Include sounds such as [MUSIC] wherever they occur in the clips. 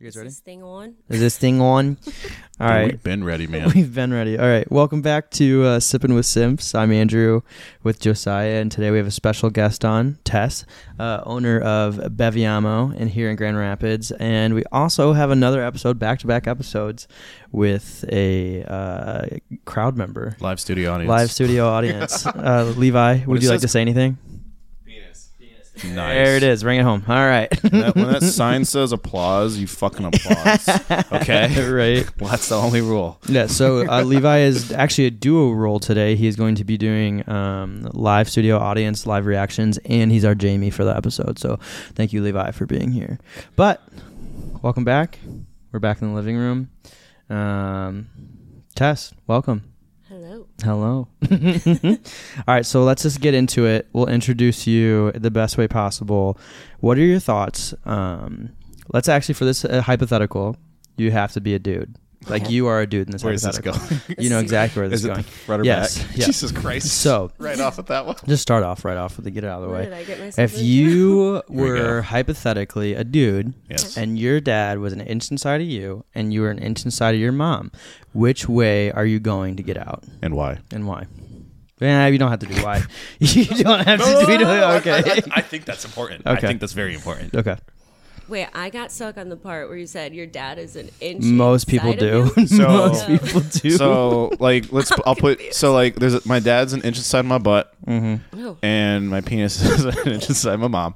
You guys ready? This thing on. Is this thing [LAUGHS] on? All Dude, right. We've been ready, man. [LAUGHS] We've been ready. All right. Welcome back to uh, Sipping with Simps. I'm Andrew with Josiah, and today we have a special guest on, Tess, uh, owner of Beviamo and here in Grand Rapids. And we also have another episode, back to back episodes, with a uh, crowd member, Live studio audience. live studio [LAUGHS] audience. uh, Levi, would it you like says- to say anything? Nice. There it is. Bring it home. All right. When that, when that sign says applause, you [LAUGHS] fucking applause. Okay? right. [LAUGHS] Well, that's the only rule. Yeah, so uh, Levi is actually a duo role today. He is going to be doing um, live studio audience, live reactions, and he's our Jamie for the episode. So thank you, Levi, for being here. But welcome back. We're back in the living room. Um, Tess, welcome. [LAUGHS] [LAUGHS] Hello. Hello. All right, so let's just get into it. We'll introduce you the best way possible. What are your thoughts? Um, let's actually, for this uh, hypothetical, you have to be a dude. Like Okay. you are a dude in this Where is this hypothetical. [LAUGHS] going? You know This is- exactly where this Is is it the going. rudder Yes, back? yes. Jesus Christ. So- right off with that one. Just start off right off with the get it out of the Where did way. I get myself? If into? [LAUGHS] you we were go. hypothetically a dude Yes. and your dad was an inch inside of you and you were an inch inside of your mom, which way are you going to get out And why? and why? Yeah, you don't have to do [LAUGHS] why. [LAUGHS] you don't have to do okay. [LAUGHS] I, think that's important. Okay. I think that's very important. Okay. Wait, I got stuck on the part where you said your dad is an inch. Most people inside of do. [LAUGHS] you. So- Most people do. [LAUGHS] So, like, let's. I'll put. So, like, there's a, my dad's an inch inside my butt, No. and my penis [LAUGHS] is an inch inside my mom.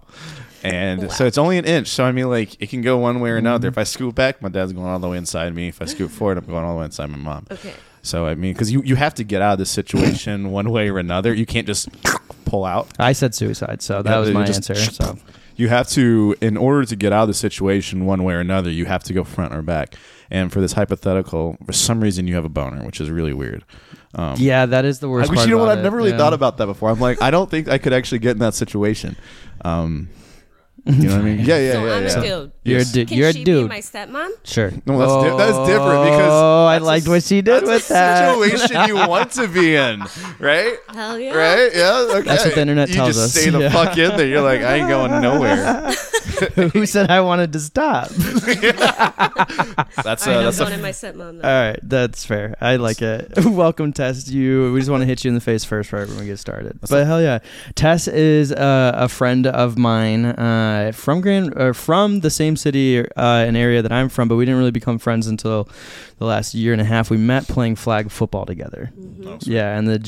And so it's only an inch. So I mean, like it can go one way or another. If I scoot back, my dad's going all the way inside me. If I scoot forward, I'm going all the way inside my mom. Okay. So I mean, because you you have to get out of this situation [COUGHS] one way or another. You can't just [COUGHS] pull out. I said suicide, so that Yeah, was you my just- answer. So You have to, in order to get out of the situation one way or another, you have to go front or back. And for this hypothetical, for some reason, you have a boner, which is really weird. Um, yeah, that is the worst. I, which, part you know what? about I've it, never really yeah. thought about that before. I'm like, I don't think I could actually get in that situation. Um, you know what [LAUGHS] I mean? Yeah, yeah, So yeah. I'm a yeah. dude. You're a Yes. dude. Can You're a she dude. be my stepmom? Sure. No, that's di- that is different because oh, I that's a liked s- what she did That's with a that. [LAUGHS] [LAUGHS] situation you want to be in, right? Hell yeah. Right? Yeah. Okay. That's what the internet you tells just us. Stay the [LAUGHS] Yeah. fuck in there. You're like, I ain't going [LAUGHS] nowhere. Who said I wanted to stop? All That's All right, uh, I'm that's going a, in my stepmom. Though. right, that's fair. I like it. [LAUGHS] Welcome, Tess. You. We just want to hit you in the face first, right when we get started. But hell yeah, Tess is uh, a friend of mine uh, from Grand, or from the same city, uh, an area that I'm from. But we didn't really become friends until the last year and a half. We met playing flag football together. Yeah, and the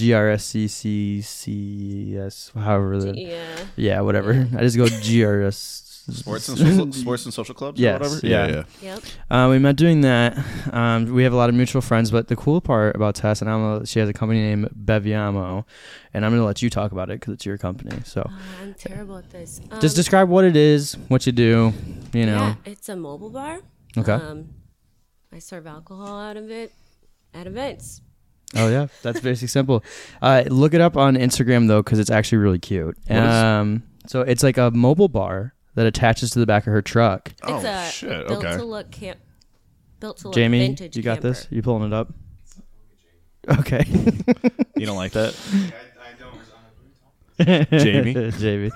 GRSCCCS, however the E yeah. Yeah, whatever. I just go GRS. sports [LAUGHS] and social, sports and social clubs. Yes, Or whatever. yeah. Yep. Uh, we met doing that. Um, we have a lot of mutual friends, but the cool part about Tess and I'm a, she has a company named Beviamo, and I'm gonna let you talk about it because it's your company. So Oh, I'm terrible at this. Um, just describe what it is, what you do. You know. Yeah, it's a mobile bar. Okay. Um, I serve alcohol out of it at events. Oh yeah, that's basic simple. Uh, look it up on Instagram though, because it's actually really cute. Um, so it's like a mobile bar that attaches to the back of her truck. Oh, it's a shit, built okay. to look camp. Built to look Jamie, vintage you got camper. this. You pulling it up? Okay. You don't like that, I, I don't. Jamie? [LAUGHS] Jamie.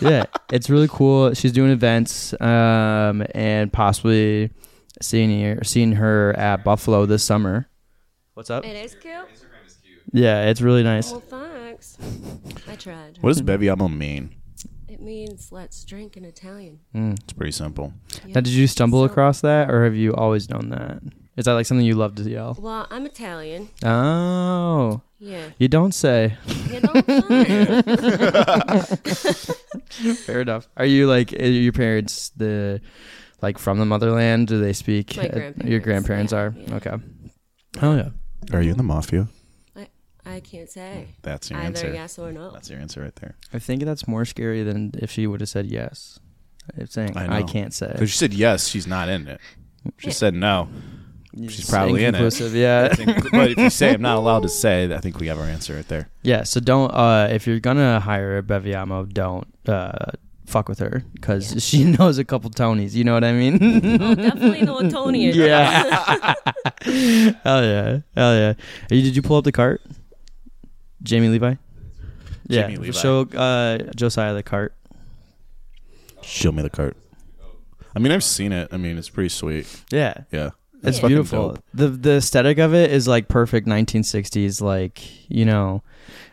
yeah, it's really cool. She's doing events um, and possibly seeing her, seeing her at Buffalo this summer. What's up? It is cute. Yeah, it's really nice. Well, thanks. I tried. What does beviamo mean? It means let's drink in Italian. It's pretty simple. Now, did you stumble So- across that, or have you always known that? Is that like something you love to yell? Well, I'm Italian. Oh, [LAUGHS] Yeah. you don't say. You know, fine. Fair enough. Are you like are your parents the like from the motherland? Do they speak? My grandparents, Your grandparents yeah, are yeah. okay. Oh yeah. Are you in the mafia? I, I can't say That's your either answer. yes or no. That's your answer right there. I think that's more scary than if she would have said yes. It's saying I know. I, can't say. Because she said yes, she's not in it. She Yeah. said no. It's probably in it. inconclusive, Yeah. [LAUGHS] I think- but if you say I'm not allowed to say, I think we have our answer right there. yeah. So don't. Uh, if you're gonna hire a Beviamo, don't uh, fuck with her because she [LAUGHS] knows a couple Tonys. You know what I [LAUGHS] mean? Oh, definitely no [LAUGHS] Antonian. yeah. Hell yeah. Hell yeah. Hey, did you pull up the cart? Jamie Levi. Yeah. Jamie Levi. Show uh, Josiah the cart. Show me the cart. I mean, I've seen it. I mean, it's pretty sweet. Yeah. Yeah. It's fucking beautiful. dope. The the aesthetic of it is like perfect 1960s. Like you know,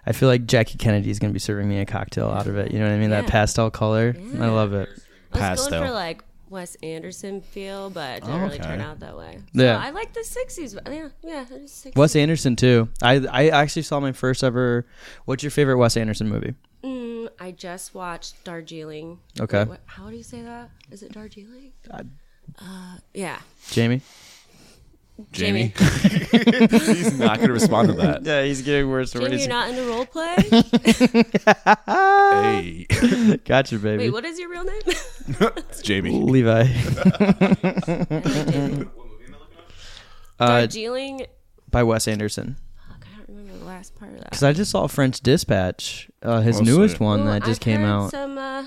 I feel like Jackie Kennedy is gonna be serving me a cocktail out of it. You know what I mean? That Yeah. pastel color. I Yeah. love it. I was Pastel. going for like Wes Anderson feel, but it didn't Oh, really turn okay. out that way. Yeah. So I like the sixties. Yeah, yeah. it was 60s. Wes Anderson too. I I actually saw my first ever. What's your favorite Wes Anderson movie? Mm, I just watched Darjeeling. Okay. Wait, what- how do you say that? Is it Darjeeling? Uh, yeah. Jamie. [LAUGHS] Jamie. [LAUGHS] He's not going to respond to that. Yeah, he's getting worse. Jamie, you're not in the role play. hey. [LAUGHS] Gotcha, baby. Wait, what is your real name? It's Jamie. Levi. [LAUGHS] [LAUGHS] uh, Darjeeling. by Wes Anderson. Fuck, I don't remember the last part of that. Because I just saw French Dispatch, uh, his Oh, newest sick. one Well, that just I've came heard out. Some uh,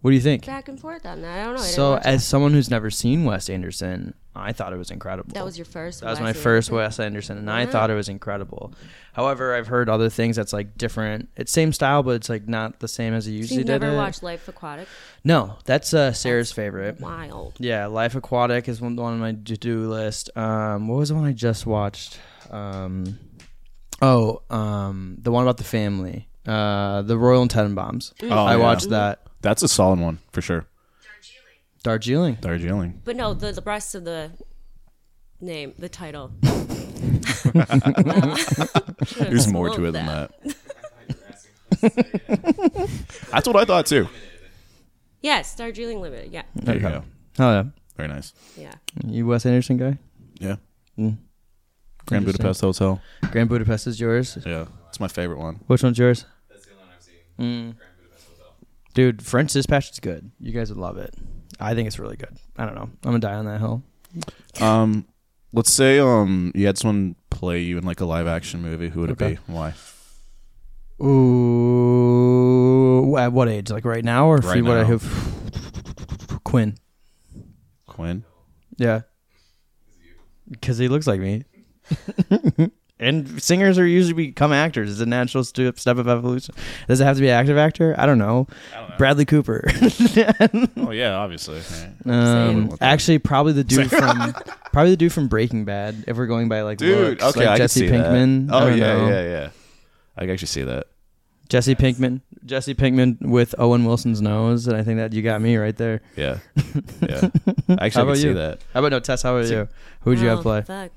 What do you think? back and forth on that. I don't know. I didn't So, watch it. as someone who's never seen Wes Anderson, I thought it was incredible. that was your first. That was Wes my first Anderson? Wes Anderson, and I thought it was incredible. However, I've heard other things that's like different. It's same style, but it's like not the same as it So usually you've did. never it. watched Life Aquatic? No, that's uh, Sarah's favorite. Wild. Yeah, Life Aquatic is one, one on my to do list. Um, what was the one I just watched? Um, oh, um, the one about the family, uh, the Royal Tenenbaums. Oh, I yeah. watched that. That's a solid one for sure. Darjeeling. Darjeeling. But no, the, the rest of the name, [LAUGHS] the title. [LAUGHS] Wow. Should've There's more to told it than that. That's what I thought too. Yes, Darjeeling Limited. Yeah, There you go. Oh yeah, Very nice. yeah. you Wes Anderson guy. Yeah. Mm. Grand Budapest Hotel. Grand Budapest is yours. Yeah. It's my favorite one. Which one's yours? Hmm. That's the only one I've seen. Grand Budapest Hotel. Dude, French Dispatch is good. You guys would love it. I think it's really good. I don't know. I'm gonna die on that hill. Um, let's say um you had someone play you in like a live action movie. Who would it Okay. be? Why? Ooh, at what age? Like right now, or if Right you- what I now. have? Quinn. Quinn. Yeah. Because he looks like me. [LAUGHS] and singers are usually become actors. It's a natural stu- step of evolution. Does it have to be an active actor? I don't know. Bradley Cooper. [LAUGHS] Oh yeah, obviously. Um, actually, probably the [LAUGHS] dude from probably the dude from Breaking Bad. If we're going by like Dude, looks, okay, like I can Jesse see Pinkman. That. Oh I don't yeah, know. yeah, yeah. I can actually see that. Jesse Pinkman. Jesse Pinkman with Owen Wilson's nose, and I think that you got me right there. [LAUGHS] Yeah, yeah. Actually, I about can see you? that. How about no, Tess? How about you? Who'd you have Oh, play? Fuck.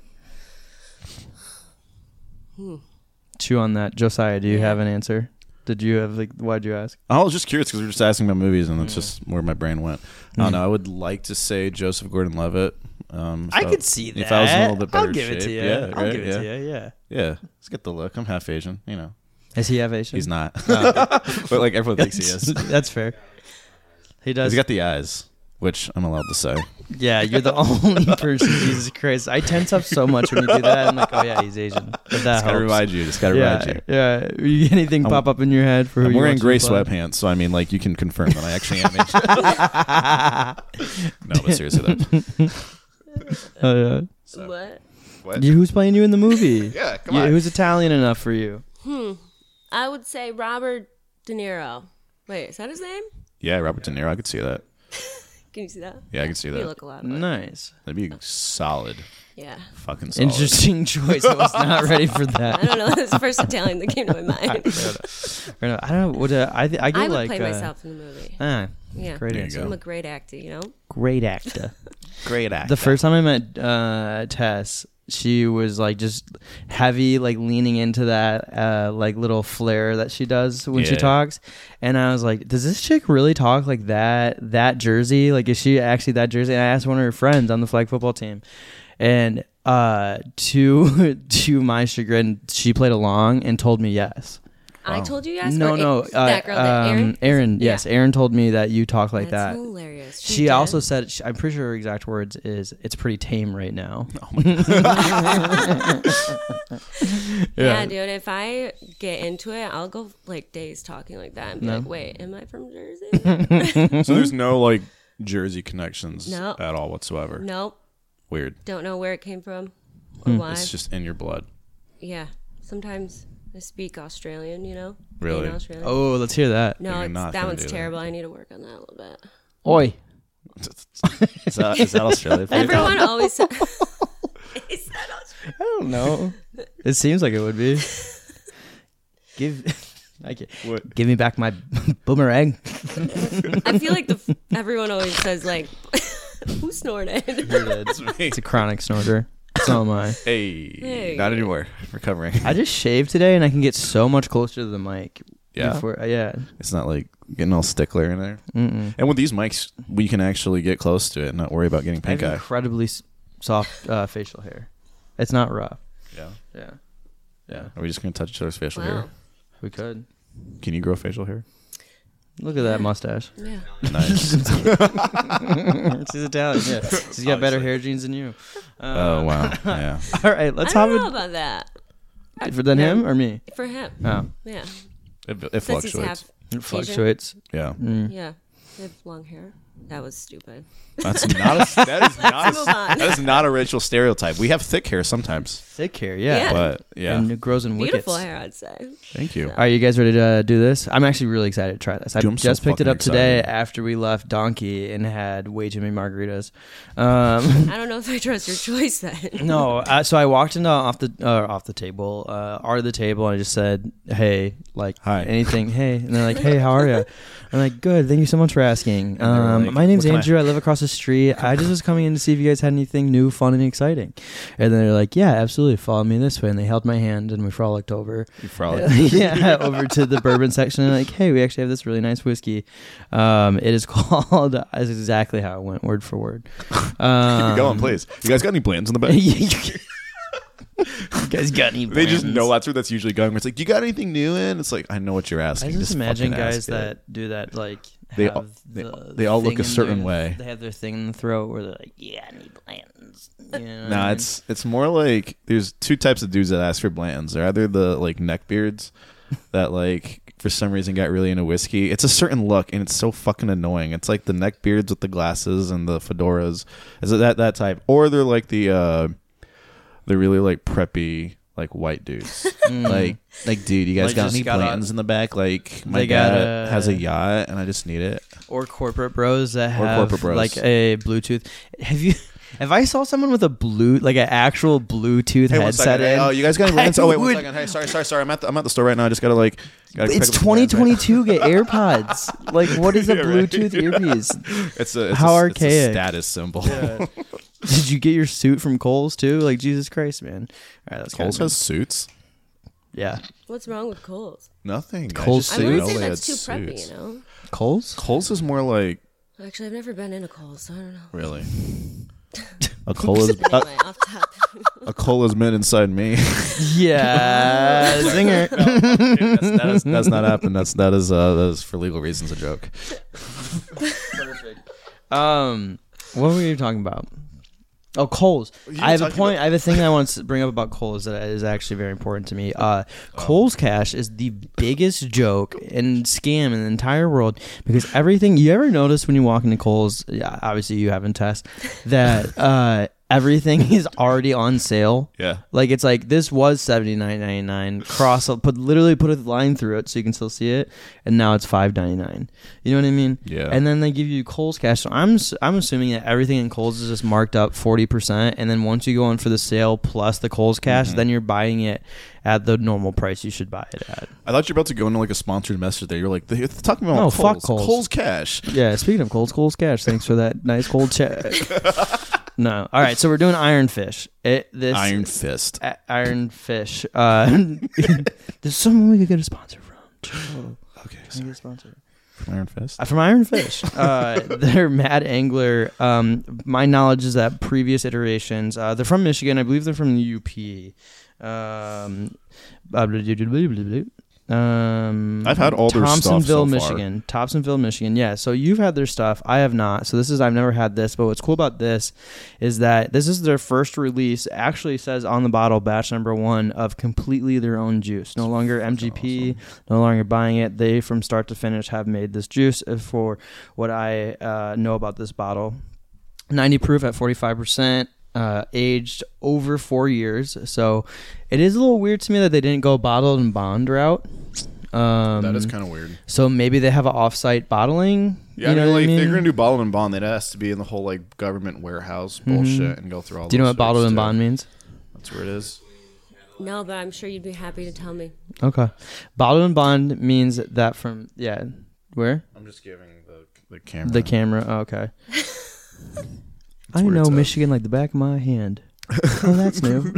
Chew on that, Josiah. Do you have an answer? Did you have like? Why'd you ask? I was just curious because we were just asking about movies, and that's just where my brain went. I don't know. I would like to say Joseph Gordon-Levitt. Um, if I could see that. If I was in a little bit better I'll give it to shape. you. Yeah, I'll right, give it yeah. to you. Yeah. Yeah, let's get the look. I'm half Asian. You know, Is he have Asian? [LAUGHS] he's not, [LAUGHS] but like everyone thinks he is. That's fair. He does. He's got the eyes, which I'm allowed to say. yeah, you're [LAUGHS] the only person. Jesus Christ, I tense up so much when you do that. I'm like, oh yeah, he's [LAUGHS] Asian. But that Gotta helps. remind you. Just gotta yeah, remind you. yeah. You- Anything pop up in your head for who I'm you wearing watch gray and play? sweatpants, so I mean, like, you can confirm that I actually am Asian. [LAUGHS] no, but seriously, though. Oh, yeah. What? You- who's playing you in the movie? [LAUGHS] Yeah, come You- on. Who's Italian enough for you? I would say Robert De Niro. Wait, is that his name? Yeah, Robert De Niro. I could see that. Can you see that? Yeah, I could see You that. look oh. a lot. Alike. Nice. That'd be solid, Yeah. fucking solid. Interesting [LAUGHS] choice. I was not ready for I that. don't know. That's the first Italian that came to my [LAUGHS] mind. Fair enough. I don't know. What, uh, I, th- I get I would like. play uh, myself in the movie. Ah, Yeah. great There you answer. I'm go. a great actor, you know? Great [LAUGHS] actor. Great act. The first time I met uh, Tess, she was like just heavy, like leaning into that uh, like little flair that she does when she Yeah. talks, and I was like, "Does this chick really talk like that? That Jersey? Like, is she actually that Jersey?" And I asked one of her friends on the flag football team, and uh, [LAUGHS] to to my chagrin, she played along and told me yes. I told you yes? no, or no, uh, um, it- that girl, um, that Aaron? Aaron, yes, Aaron told me that you talk like That's that. hilarious. She, did? also said, she, I'm pretty sure her exact words is, "It's pretty tame right [LAUGHS] now." Yeah. dude. If I get into it, I'll go like days talking like that and be like, "Wait, am I from [LAUGHS] Jersey?" so there's no like Jersey connections No. at all whatsoever. nope. Weird. Don't know where it came from or why. Hmm, It's just in your blood. Yeah. Sometimes I speak Australian, you know? Really? Being Australian. Oh, let's hear that. no, You're it's, not that gonna one's do that. [LAUGHS] terrible. I need to work on that a little bit. Oi, [LAUGHS] Is that, is that Australia? for you? Everyone always [LAUGHS] [LAUGHS] says. Is that Australia? I don't know. [LAUGHS] it seems like it would [LAUGHS] be. Give. [LAUGHS] I can, What? give me back my [LAUGHS] [LAUGHS] boomerang. I feel like the f- everyone always says like, [LAUGHS] who snorted? [LAUGHS] it's a chronic snorter. So am I. Hey, Hey. not anymore. Recovering. I just shaved today, and I can get so much closer to the mic. Yeah. Before, uh, yeah. It's not like getting all stickler in there. Mm-mm. And with these mics, we can actually get close to it and not worry about getting I have pink eye. incredibly s- soft uh, facial hair. It's not rough. Yeah. Yeah. Yeah. Are we just gonna touch each other's facial hair? wow. We could. Can you grow facial hair? Look at that mustache. Yeah. Nice. [LAUGHS] She's Italian. Yeah. She's got better hair genes than you. Uh, [LAUGHS] oh wow. Yeah. All right, let's I don't know hop about that in. For then him or me? for him. Oh, Yeah. It, it Since he's half fluctuates. it fluctuates. [LAUGHS] Yeah. Mm. yeah, they have long hair. That was stupid. That's not. A, [LAUGHS] that is not. Move A, on. that is not a racial stereotype. We have thick hair sometimes, Thick hair, yeah. Yeah. but yeah. And it grows in wickets. [LAUGHS] Beautiful hair, I'd say. Thank you. All right, you guys ready to uh, do this? I'm actually really excited to try this. I Dude, I'm so just picked it fucking up today excited. after we left Donkey and had way too many margaritas. Um, [LAUGHS] I don't know if I trust your choice [LAUGHS] then. No, uh, so I walked into off the uh, off the table, uh, are the table, and I just said, "Hey, like Hi. [LAUGHS] anything, hey," and they're like, "Hey, how are you?" I'm like, "Good, thank you so much for asking." And they were Um, like, my name's "What can I-" Andrew. I-, live across the street. I just was coming in to see if you guys had anything new, fun, and exciting. And then they're like, "Yeah, absolutely. Follow me this way." And they held my hand, and we frolicked [LAUGHS] over, You frolic. [LAUGHS] yeah, over to the bourbon section. And like, "Hey, we actually have this really nice whiskey. Um, it is [LAUGHS] called." That's exactly how it went, word for word. Um, Keep it going, please. You guys got any plans [LAUGHS] in the back? you [LAUGHS] guys got any? They just plans? know that's where that's usually going. Where it's like, you got anything new in? It's like, I know what you're I asking. just, imagine fucking guys ask it. that do that like They have all- they- the they all look thing a in certain their- way. They have their thing in the throat where they're like, "Yeah, I need plans." You know what I Nah, mean? it's it's more like there's two types of dudes that ask for Blantons. They're either the like [LAUGHS] neckbeards that like for some reason got really into whiskey. It's a certain look and it's so fucking annoying. It's like the neckbeards with the glasses and the fedoras. Is it that that type? Or they're like the uh they're really like preppy like [LAUGHS] white dudes. like like dude, you guys Hmm. Like, got just any got a- Blantons in the back? Like my They got dad a- has a yacht and I just need it. or corporate bros that have corporate bros. like a Bluetooth. Have you? If I saw someone with a blue, like an actual Bluetooth Hey, one headset second. Hey, in, oh, you guys got any [LAUGHS] I Blantons? Oh wait, would- one second. Hey, sorry, sorry, sorry. I'm at the, I'm at the store right now. I just gotta like. Gotta pick it's up some Blantons right now. 2022. Get AirPods. Like, what is a [LAUGHS] Yeah, right. Bluetooth earpiece? [LAUGHS] It's a it's How a, It's archaic. a status symbol. Did you get your suit from Coles too? Like, Jesus Christ, man! All right, that's [LAUGHS] Coles kinda- has suits. Yeah, What's wrong with Coles? Nothing. Kohl's I wouldn't Suits? say that's too preppy, you know. Coles. Coles is more like Actually, I've never been in a Coles, so I don't know. really. [LAUGHS] A Coles, Uh, a, Anyway, off top. a Coles men inside me. [LAUGHS] Yeah, [LAUGHS] zinger. that's, that is, that's not happening. That's that is uh, that is for legal reasons a joke. Um, what were you talking about? Oh, Coles. You were I have a talking point. about- I have a thing I want to bring up about Coles that is actually very important to me. Uh, Oh. Coles Cash is the biggest joke and scam in the entire world because everything you ever notice when you walk into Coles, yeah, obviously you haven't test that uh, everything [LAUGHS] is already on sale. Yeah. Like it's like this was seventy nine ninety nine. Cross put literally put a line through it so you can still see it, and now it's five ninety nine. You know what I mean? Yeah. And then they give you Kohl's cash. So I'm s- I'm assuming that everything in Kohl's is just marked up forty percent, and then once you go in for the sale plus the Kohl's cash, Mm-hmm. then you're buying it at the normal price you should buy it at. I thought you were about to go into like a sponsored message there. You're like, they're talking about No, Coles. fuck Kohl's. Kohl's cash. Yeah. Speaking of Kohl's, Kohl's cash. Thanks for that nice cold check. [LAUGHS] no. All right. So we're doing Iron Fish. It this Iron fist. a- Iron Fish. [LAUGHS] Uh, [LAUGHS] there's someone we could get a sponsor from. Chill. Okay, Can we get a sponsor? Iron fist. Uh, From Iron Fish. Uh, they're Mad Angler. Um, my knowledge is that previous iterations, uh, they're from Michigan. I believe they're from the UP. Um, blah, blah, blah, blah, blah, blah, blah. Um, I've had all their stuff so Thompsonville, far. Michigan. Thompsonville, Michigan. Yeah. So you've had their stuff. I have not. So this is I've never had this. But what's cool about this is that this is their first release. Actually, says on the bottle, batch number one of completely their own juice. No longer MGP. No longer buying it. They from start to finish have made this juice. uh, For what I uh, know about this bottle, 90 proof at 45%, uh, aged over four years. So it is a little weird to me that they didn't go bottled and bond route. Um, that is kind of weird. So maybe they have an offsite bottling. Yeah, you I know mean, what like, I if they're mean? gonna do bottled and bond, that has to be in the whole like government warehouse bullshit and go through all. Mm-hmm. Do you know those what bottled sorts and too. bond means? That's where it is. No, but I'm sure you'd be happy to tell me. Okay, bottled and bond means that from yeah. Where I'm just giving the the camera. the camera? Oh, [LAUGHS] okay. I where know it's at. Michigan like the back of my hand. oh, that's [LAUGHS] new.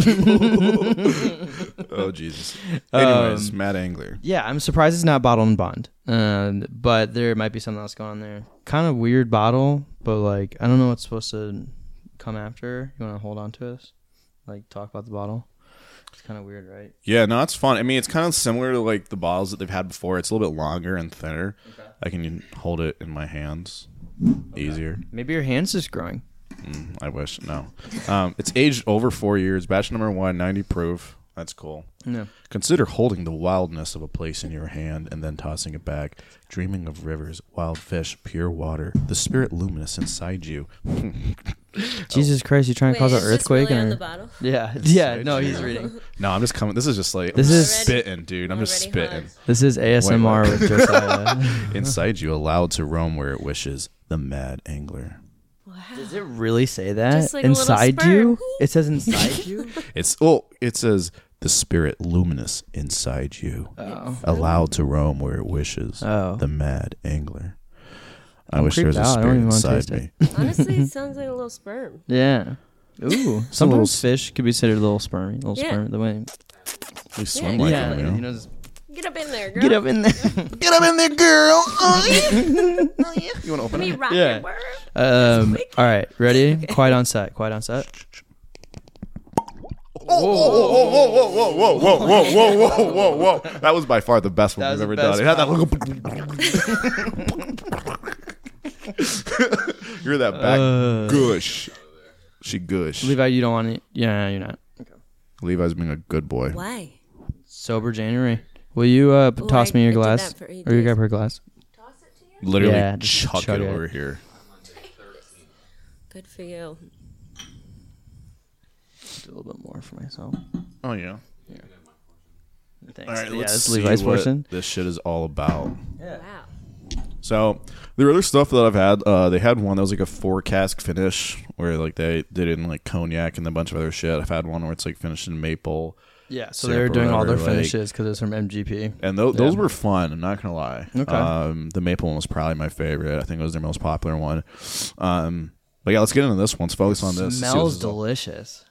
oh [LAUGHS] Jesus. Anyways, Anyways, Matt Angler. Yeah, I'm surprised it's not bottled and bond. Um, but there might be something else going on there. Kind of weird bottle, but like I don't know what's supposed to come after. You want to hold on to this? Like talk about the bottle. It's kind of weird, right? Yeah, no, it's fun. I mean, it's kind of similar to like the bottles that they've had before. It's a little bit longer and thinner. I can hold it in my hands easier. Maybe your hand's just growing. I wish. No. Um, it's aged over four years. Batch number one, 90 proof. That's cool. No. Consider holding the wildness of a place in your hand and then tossing it back. Dreaming of rivers, wild fish, pure water, the spirit luminous inside you. [LAUGHS] Jesus Christ, you trying to cause an it's Oh. just earthquake? really on and the bottle? [LAUGHS] yeah, yeah. Inside No, [LAUGHS] you. he's reading. No, I'm just coming. This is just like This I'm is- spitting, dude. I'm just Already hot. spitting. This is [LAUGHS] ASMR with Josiah. Inside you, allowed to roam where it wishes. The mad angler. Does it really say that Just like a little inside sperm. you? It says [LAUGHS] inside you. It's oh, it says the spirit luminous inside you, allowed to roam where it wishes. Oh. The mad angler. i I'm wish there was a creeped out. I don't spirit even wanna inside taste it. me. [LAUGHS] Honestly, it sounds like a little sperm. Yeah. Ooh. Sometimes little s- fish could be considered a little spermy, little Yeah. sperm. The way. We swim swim Yeah, like yeah. them, you you know? know, just Get up in there, girl. get up in there. Get up in [LAUGHS] there, girl. you want to Let open me it? rock Yeah. your world. [LAUGHS] Um, all right, ready? Quiet on set. Quiet on set. Whoa, whoa, whoa, whoa, whoa, whoa, whoa, whoa, whoa. That was by far the best one That was we've the ever best done. It had that little. [LAUGHS] You're that back gush. She gush. Uh. Levi, you don't want it. Yeah, you're not. Levi's being a good boy. Why? Sober January. Will you uh, p- Ooh, toss I- me your I did glass? that for eight Or you days. grab her glass? Toss it to you. Literally Yeah, just chuck, chuck it, it. over here. Good for you. Do a little bit more for myself. Oh yeah. Thanks. All right, yeah, let's that's see Levi's what portion. this shit is all about. Wow. So the other stuff that I've had, uh, they had one that was like a four cask finish where like they did it in like cognac and a bunch of other shit. I've had one where it's like finished in maple. Yeah, so syrup they were or doing all their whatever, like- finishes because it was from MGP. And tho- those were fun. I'm not gonna lie. Okay. Um, the maple one was probably my favorite. I think it was their most popular one. Um, but yeah, let's get into this one. Let's focus on this. Let's see what this Smells is all- delicious.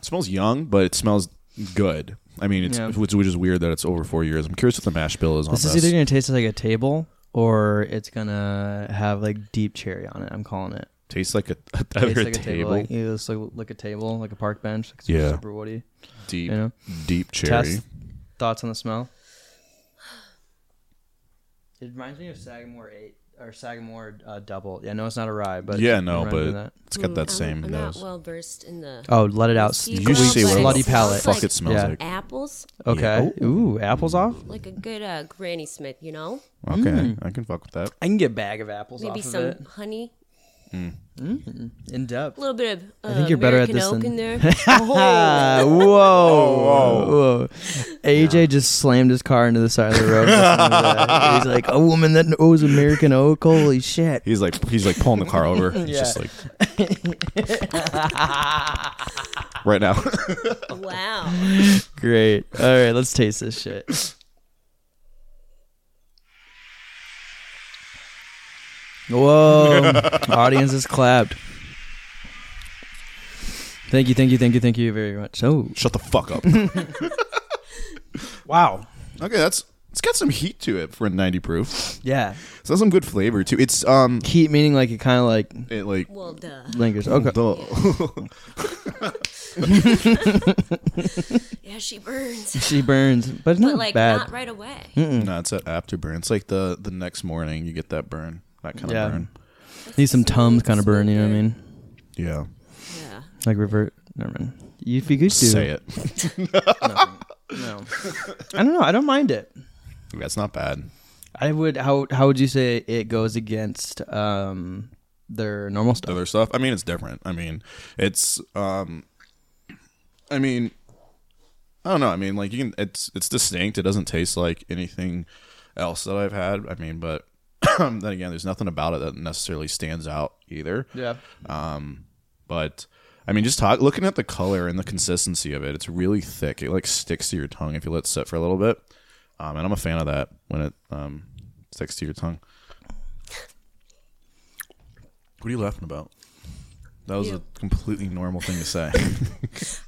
It smells young, but it smells good. I mean, it's Yeah. which, which is weird that it's over four years. I'm curious what the mash bill is on This this. is either gonna taste like a table or it's gonna have like deep cherry on it. I'm calling it. Tastes like a, [LAUGHS] Tastes a like a table. table. Like, it looks like, like a table, like a park bench. Like super, Yeah. super woody. deep, You know? deep cherry. Test thoughts on the smell. It reminds me of Sagamore Eight or Sagamore uh, Double. Yeah, no, it's not a rye, but yeah, it no, reminds me of but that. it's got that I'm- same Mm, I'm nose. not well versed in the oh, let it out. You Sweet, usually Well, say what slutty the palate. fuck like- it smells Yeah. like. apples, Okay. Ooh, apples off. like a good uh, Granny Smith, you know. Okay, Mm. I can fuck with that. I can get a bag of apples Maybe off some of it. honey, In depth. a little bit of. Uh, think you're better at American this oak than- [LAUGHS] in there. Ah, [LAUGHS] whoa, whoa, AJ just slammed his car into the side of the [LAUGHS] road. listening to that. He's like, a woman that knows American oak. Holy shit. He's like he's like pulling the [LAUGHS] car over. He's just like right now. [LAUGHS] wow. Great. All right, let's taste this shit. [LAUGHS] Whoa. Audience is clapped. Thank you, thank you, thank you, thank you very much. Oh, Shut the fuck [LAUGHS] up. okay, wow. that's it's got some heat to it for a 90 proof. It's Yeah. got some good flavor too. It's um Heat meaning like it kind of like it like Well, duh. lingers. Okay. Duh. Yeah, she burns, [LAUGHS] She burns, but it's not but like bad. Mm, not right away. no, it's that afterburn. It's like the the next morning you get that burn. That kind of Yeah. burn. Need some tums kind of burn, you know what I mean? Yeah. Yeah. Like revert. Never mind. If you could do Say it. [LAUGHS] No. I don't know. I don't mind it. That's not bad. I would. How how would you say it goes against um their normal stuff? other stuff. I mean, it's different. I mean, it's um, I mean, I don't know. I mean, like you can. It's it's distinct. It doesn't taste like anything else that I've had. I mean, but [CLEARS THROAT] then again, there's nothing about it that necessarily stands out either. Yeah. Um, but I mean, just talk, looking at the color and the consistency of it, it's really thick. It like sticks to your tongue if you let it sit for a little bit. Um, and I'm a fan of that when it um, sticks to your tongue. What are you laughing about? That was You. a completely normal thing to say.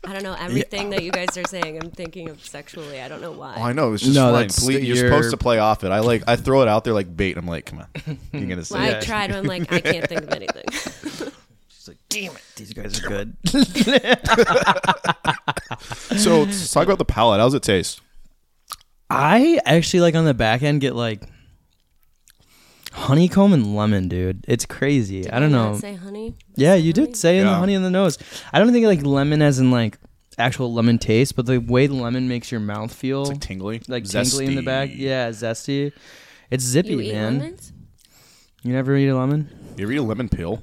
I don't know everything that you guys are saying. I'm thinking of sexually. I don't know why. oh, [LAUGHS] I know. It's just No, fine. that's Please, you're, your- supposed to play off it. I like. I throw it out there like bait. I'm like, come on, you're gonna [LAUGHS] say. Well, it. I tried. but I'm like, I can't think of anything. She's like, damn it, these guys are good. [LAUGHS] So let's talk about the palate. How's it taste? I actually like on the back end get like honeycomb and lemon, dude. It's crazy. [LAUGHS] I don't Did I know. not Say honey. yeah, you did say in the Yeah. honey in the nose. I don't think like lemon as in like actual lemon taste, but the way lemon makes your mouth feel It's like tingly, like tingly in the back. Zesty. Yeah, zesty. It's zippy, You eat man. lemons? You never eat a lemon? You ever eat a lemon peel?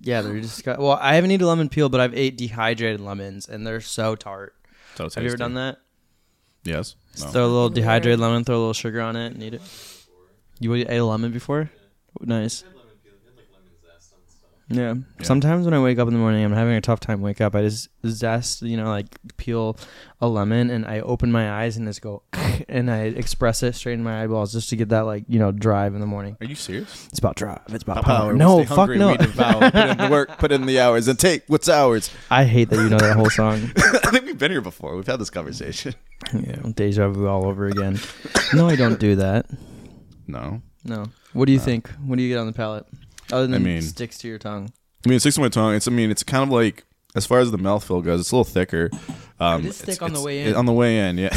Yeah, they're just got, well. I haven't eaten a lemon peel, but I've ate dehydrated lemons, and they're so tart. So Have you ever done that? Yes. Just No. Throw a little Never. dehydrated lemon, throw a little sugar on it, and eat it. You ate a lemon before? Nice. Yeah. Sometimes when I wake up in the morning, I'm having a tough time wake up. I just zest, you know, like peel a lemon, and I open my eyes and just go, [LAUGHS] and I express it straight in my eyeballs just to get that like you know drive in the morning. Are you serious? It's about drive. It's about power. No, fuck no. devour, put in the work, put in the hours, and take what's ours. [LAUGHS] I hate that you know that whole song. I think we've been here before. We've had this conversation. yeah, [LAUGHS] deja vu all over again. No, I don't do that. [LAUGHS] Uh, No. No. What do you think? What do you get on the palate? Other than mean- sticks to your tongue. I mean, it sticks to my tongue. It's. I mean, it's kind of like as far as the mouthfeel goes, it's a little thicker. Um, It is thick it's- on the it's- way it- in. on the way in, yeah. [LAUGHS]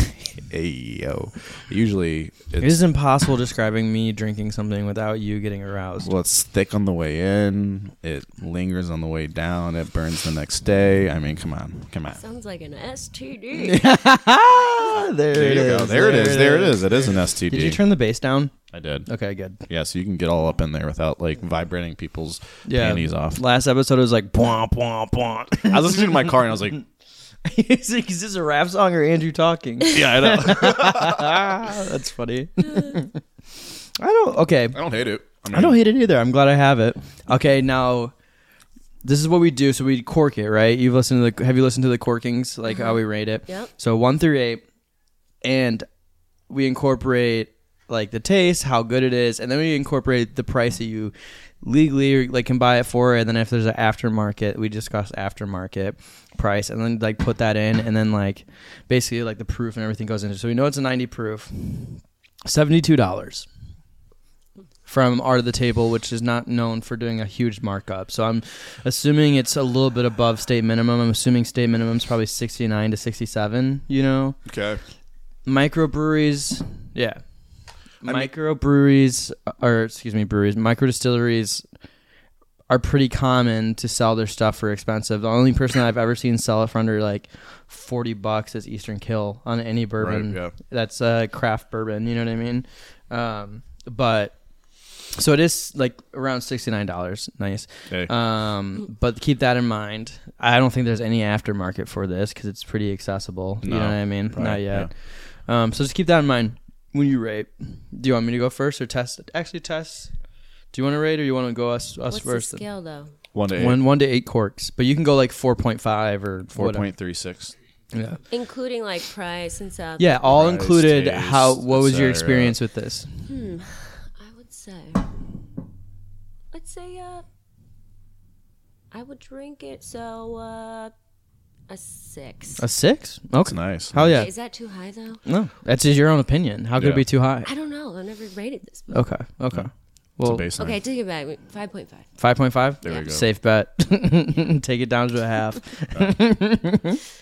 Ayo. Usually, It it's, is impossible describing me drinking something without you getting aroused. well, it's thick on the way in. It lingers on the way down. It burns the next day. I mean, come on, come on. Sounds like [LAUGHS] an STD. [LAUGHS] Ah, there, There it you is. go. There it is. There it is. It is an STD. Did you turn the bass down? I did. Okay, good. Yeah, so you can get all up in there without like vibrating people's Yeah. panties off. Last episode was like, bwomp, bwomp, bwomp. I was listening to my car and I was [LAUGHS] like, [LAUGHS] is this a rap song or Andrew [LAUGHS] talking? Ah, yeah, I know. That's [LAUGHS] funny. I don't, okay. I don't hate it. mean, I don't hate it either. I'm glad I have it. Okay, now this is what we do. So we cork it, right? You've listened to the have you listened to the corkings, like how we rate it? Yep. So one through eight, and we incorporate like the taste, how good it is, and then we incorporate the price that you legally like can buy it for, and then if there's an aftermarket, we discuss aftermarket price, and then like put that in, and then like basically like the proof and everything goes into. it. So we know it's a ninety proof, seventy two dollars from Art of the Table, which is not known for doing a huge markup. So I'm assuming it's a little bit above state minimum. I'm assuming state minimum is probably 69 to 67, you know? Okay. Microbreweries, yeah. Microbreweries, uh, or excuse me, breweries, microdistilleries are pretty common to sell their stuff for expensive. The only person I've ever seen sell it for under like 40 bucks is Eastern Kill on any bourbon. yeah. That's uh, craft bourbon, you know what I mean? Um, but so it is like around $69. Nice. Hey. Um, but keep that in mind. I don't think there's any aftermarket for this because it's pretty accessible. you know No, what I mean? probably, Not yet. Um, so just keep that in mind when you rate. Do you want me to go first or test? Actually, test. Do you want to rate or you want to go us us What's the first? scale though? One to eight. One one to eight corks, but you can go like four point five or Four whatever. point three six. Yeah, Including like price and stuff. yeah. All Price, included. taste, How? What was your et cetera. experience with this? I would say. Let's say uh I would drink it so uh a six. A six? Okay. That's nice. Hell yeah. Is that too high though? No, that's just your own opinion. How could it Yeah. be too high? I don't know. I've never rated this. before. Okay. Okay. Well, It's a baseline. Okay, take it back. Five point five. Five point five. There we go. Safe bet. [LAUGHS] Take it down to a half.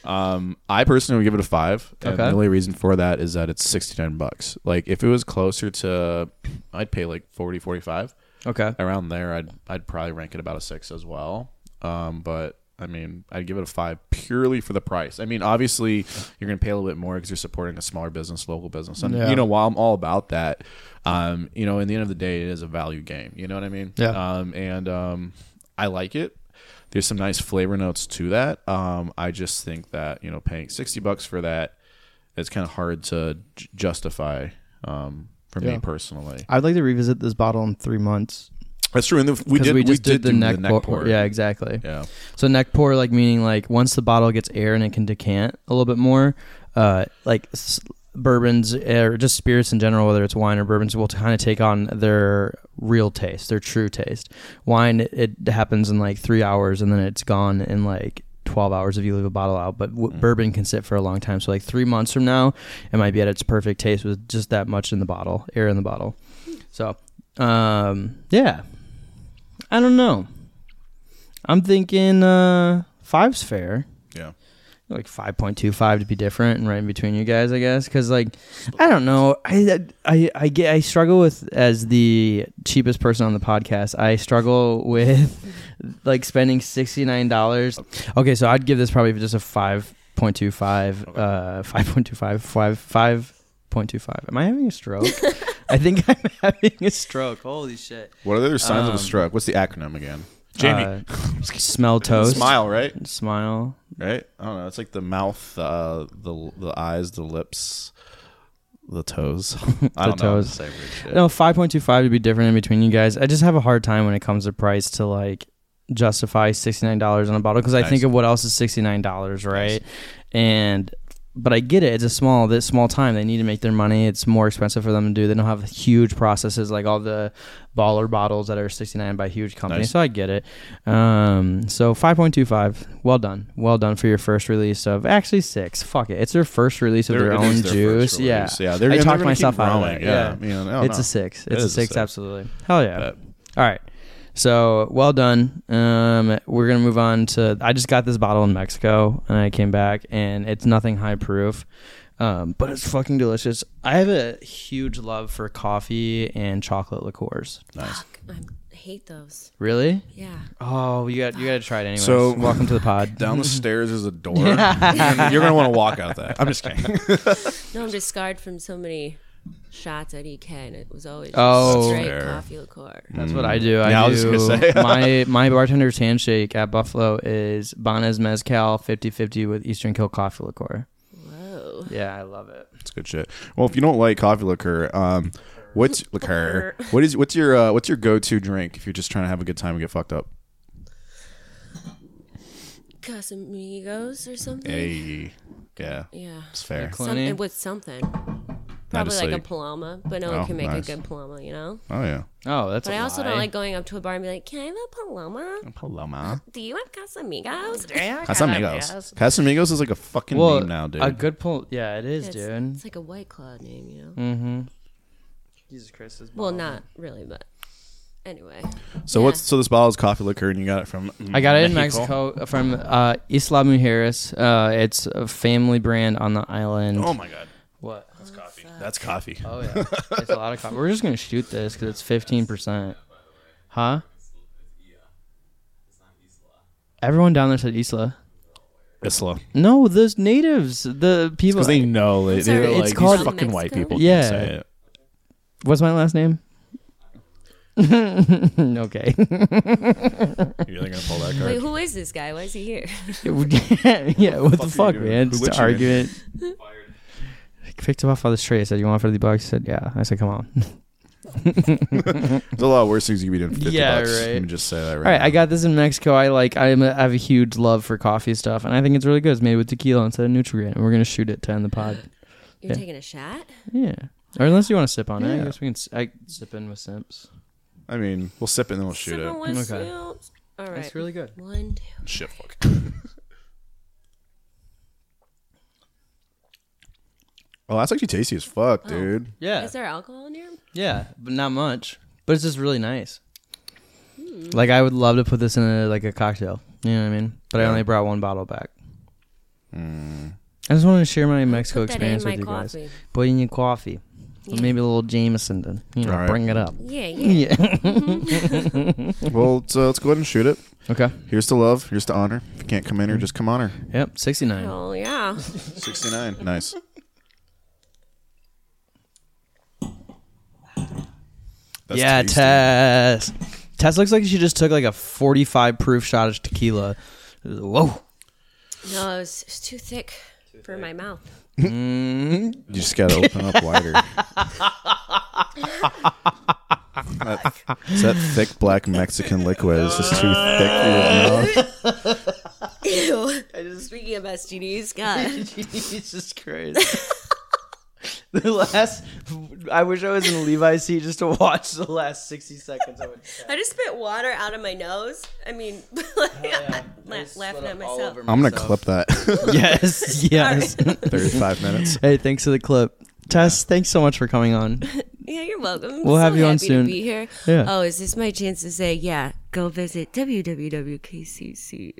Um, I personally would give it a five. And Okay. The only reason for that is that it's sixty nine bucks. Like if it was closer to, I'd pay like 40, 45. Okay. Around there, I'd I'd probably rank it about a six as well. Um, but I mean, I'd give it a five purely for the price. I mean, obviously, you're gonna pay a little bit more because you're supporting a smaller business, local business. And Yeah. you know, while I'm all about that, um, you know, in the end of the day, it is a value game. You know what Um, I mean? Yeah. Um, and um, I like it. There's some nice flavor notes to that. Um, I just think that you know paying sixty bucks for that, it's kind of hard to j- justify um, for Yeah. me personally. I'd like to revisit this bottle in three months That's true. And the, we because did we just did, do the neck pour. pour. Yeah, exactly. yeah. So neck pour, like meaning like once the bottle gets air and it can decant a little bit more, uh, like s- bourbons or just spirits in general, whether it's wine or bourbons, will kind of take on their real taste, their true taste. Wine, it, it happens in like three hours and then it's gone in like. 12 hours if you leave a bottle out but w- bourbon can sit for a long time so like three months from now it might be at its perfect taste with just that much in the bottle air in the bottle so um yeah i don't know I'm thinking uh five's fair. Yeah. Like 5.25 to be different and right in between you guys, I guess. Cause like, I don't know. I, I, I get, I struggle with as the cheapest person on the podcast. I struggle [LAUGHS] with like spending $69. Okay. So I'd give this probably just a 5.25, uh, 5.25, 5, 5.25. Am I having a stroke? I think [LAUGHS] I'm having a stroke. Holy shit. What are the other signs of Um, a stroke? What's the acronym again? Jamie. Uh, smell toast. [LAUGHS] Smile, right? Smile. Right? I don't know. It's like the mouth, uh, the the eyes, the lips, the toes. [LAUGHS] I The don't know. how to toes. Say weird shit. No, five point two five would be different in between you guys. I just have a hard time when it comes to price to like justify sixty nine dollars on a bottle because I Nice. think of what else is sixty nine dollars, right? And but I get it. It's a small this small time. They need to make their money. It's more expensive for them to do. They don't have huge processes like all the baller bottles that are sixty nine by huge companies. Nice. So I get it. Um, so five point two five. Well done. Well done for your first release of actually six. Fuck it. It's their first release of They're- their it is own their juice. first Yeah. release. yeah. They're, I and they're talked gonna keep myself out of growing. it. Yeah, Yeah. Man, I don't it's know. a six. Oh, It It's a is a six, six. absolutely. Hell yeah. Bet. All right. So well done. Um, we're gonna move on to. I just got this bottle in Mexico, and I came back, and it's nothing high proof, um, but it's fucking delicious. I have a huge love for coffee and chocolate liqueurs. Fuck, I hate those. Really? Yeah. Oh, you got you got to try it anyway. So- [LAUGHS] welcome to the pod. [LAUGHS] Down the stairs is a [LAUGHS] door. [LAUGHS] And You're gonna want to walk out that. I'm just kidding. [LAUGHS] No, I'm just scarred from so many shots at EK, and it was always just Oh. straight Fair. coffee liqueur. That's what I do. I, Yeah, I was do. just gonna say. [LAUGHS] my my bartender's handshake at Buffalo is Banas Mezcal 50-50 with Eastern Kill coffee liqueur. Whoa. Yeah, I love it. It's good shit. Well, if you don't like coffee liquor, um, what's liquor? What is what's your uh, what's your go to drink if you're just trying to have a good time and get fucked up? Casamigos or something? Hey, yeah, Yeah. it's fair. Cl- Some, Clooney? with something. Not Probably just like, like, a Paloma, but no Oh, one can make nice. a good Paloma, you know? oh yeah, Oh, that's. But I I also don't like going up to a bar and be like, can I have a Paloma? Paloma. Do you have Casamigos? Casamigos. Casamigos is like a fucking Well, name now, dude. a good pull. Yeah, it is, It's, dude. it's like a White Claw name, you know? Mm-hmm. Jesus Christ is. Well, not really, but anyway. so yeah. what's so this bottle is coffee liquor, and you got it from I got it in Mexico from uh, Isla Mujeres. Uh, it's a family brand on the island. Oh my god, What? that's coffee. That's coffee. Oh yeah, it's a lot of coffee. We're just gonna shoot this because it's fifteen percent. Huh? Everyone down there said Isla. Isla, No, those natives, the people. because they know they, sorry, they're it's like these called- fucking white Mexico? people. can Yeah. say it. What's my last name? [LAUGHS] okay. you're either gonna pull that Wait, [LAUGHS] card. who is this guy? Why is he here? [LAUGHS] [LAUGHS] yeah, what the fuck are you fuck, doing? man? Just Who an let you in? argument. Picked him off on the street. I said, "You want fifty bucks?" I said, "Yeah." I said, "Come on." [LAUGHS] There's a lot worse things you could be doing. For 50 Yeah, bucks. right. Let me just say that right. All right, now. I got this in Mexico. I like. I'm a, I have a huge love for coffee stuff, and I think it's really good. It's made with tequila instead of Nutrient, and we're gonna shoot it to end the pod. [LAUGHS] You're Yeah. taking a shot? Yeah. Or unless you want to sip on it, I Yeah. guess we can. s- I sip in with sips. I mean, we'll sip it and then we'll shoot Someone it. wants Okay. to- All right. It's really good. One, two. Shit, fuck. Oh, that's actually tasty as fuck, dude. Yeah. Is there alcohol in here? Yeah, but not much. But it's just really nice. Like I would love to put this in a, like a cocktail. You know what I mean? But I only brought one bottle back. I just wanted to share my Mexico Put that in experience my with you guys. coffee. Put in your coffee. Maybe a little Jameson then. You know, All right. bring it up. [LAUGHS] Yeah, yeah. Yeah. Well, so let's go ahead and shoot it. okay. Here's to love. Here's to honor. If you can't come in here, just come honor. Yep. Sixty nine. Oh, yeah. 69. Nice. Yeah, Tess. Tess looks like she just took like a 45 proof shot of tequila. Whoa. No, it was, it was too thick for my mouth. [LAUGHS] Mm. You just gotta open up wider. That- it's that thick black Mexican liquid. It's just too thick for your mouth. Ew. Speaking of STDs, [LAUGHS] God. Jesus Christ. [LAUGHS] the last, I wish I was in Levi's seat just to watch the last 60 seconds. I would I just spit water out of my nose. I mean, [LAUGHS] like, la- laughing at myself. I'm gonna clip that. [LAUGHS] Yes, yes. [LAUGHS] 35 minutes. [LAUGHS] hey, thanks for the clip. Tess, thanks so much for coming [LAUGHS] on. Yeah, you're welcome. I'm We'll so have you on happy soon. To be here. Yeah. Oh, is this my chance to say, yeah, go visit www.kcc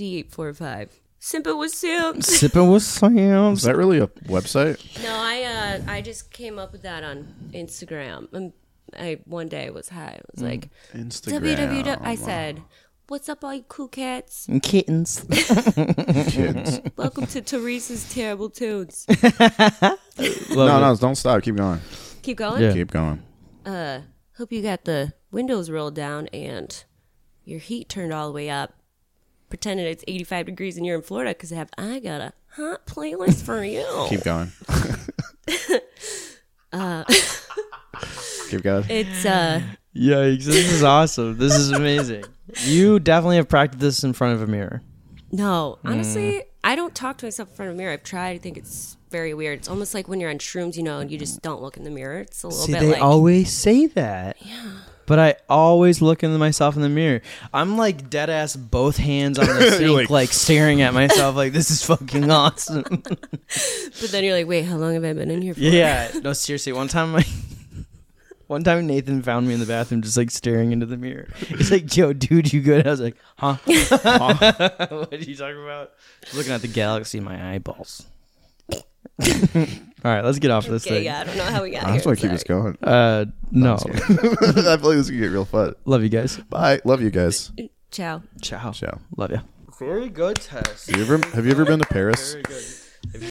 9845. Simple was [LAUGHS] soon. Sipping with Is sounds. that really a website? No, I uh, I just came up with that on Instagram. Um, I one day was high. I Mm. was like, Instagram. www. I said, "What's up, all you [LAUGHS] cool cats? Kittens. [LAUGHS] Kids. Welcome to Teresa's terrible [LAUGHS] tunes." no, no, don't stop. Keep going. Keep going. Yeah. Keep going. Uh, hope you got the windows rolled down and your heat turned all the way up. Pretending it's 85 degrees and you're in Florida because I have I got a hot playlist for you. [LAUGHS] Keep going. Uh, Keep going. It's uh, Yikes, this is awesome. This is amazing. you definitely have practiced this in front of a mirror. No, Mm. honestly, I don't talk to myself in front of a mirror. I've tried. I think it's very weird. It's almost like when you're on shrooms, you know, and you just don't look in the mirror. It's a little See, bit they like always say that. Yeah. But I always look into myself in the mirror. I'm like dead ass, both hands on [LAUGHS] the sink, like, like- staring at myself, like this is fucking [LAUGHS] awesome. But then you're like, wait, how long have I been in here for? yeah. No, seriously. One time, I, [LAUGHS] one time Nathan found me in the bathroom, just like staring into the mirror. He's like, "Yo, dude, you good?" I was like, [LAUGHS] "Huh? what are you talking about?" Just looking at the galaxy, in my eyeballs. [LAUGHS] All right, let's get off this [LAUGHS] Okay, thing. yeah, I don't know how we got I just here. want to keep this sorry. going. Uh, no. [LAUGHS] I believe this can get real fun. [LAUGHS] Love you guys. Bye. Love you guys. Ciao. Ciao. Ciao. Love you. Very good test. You ever, have you ever been to Paris? good.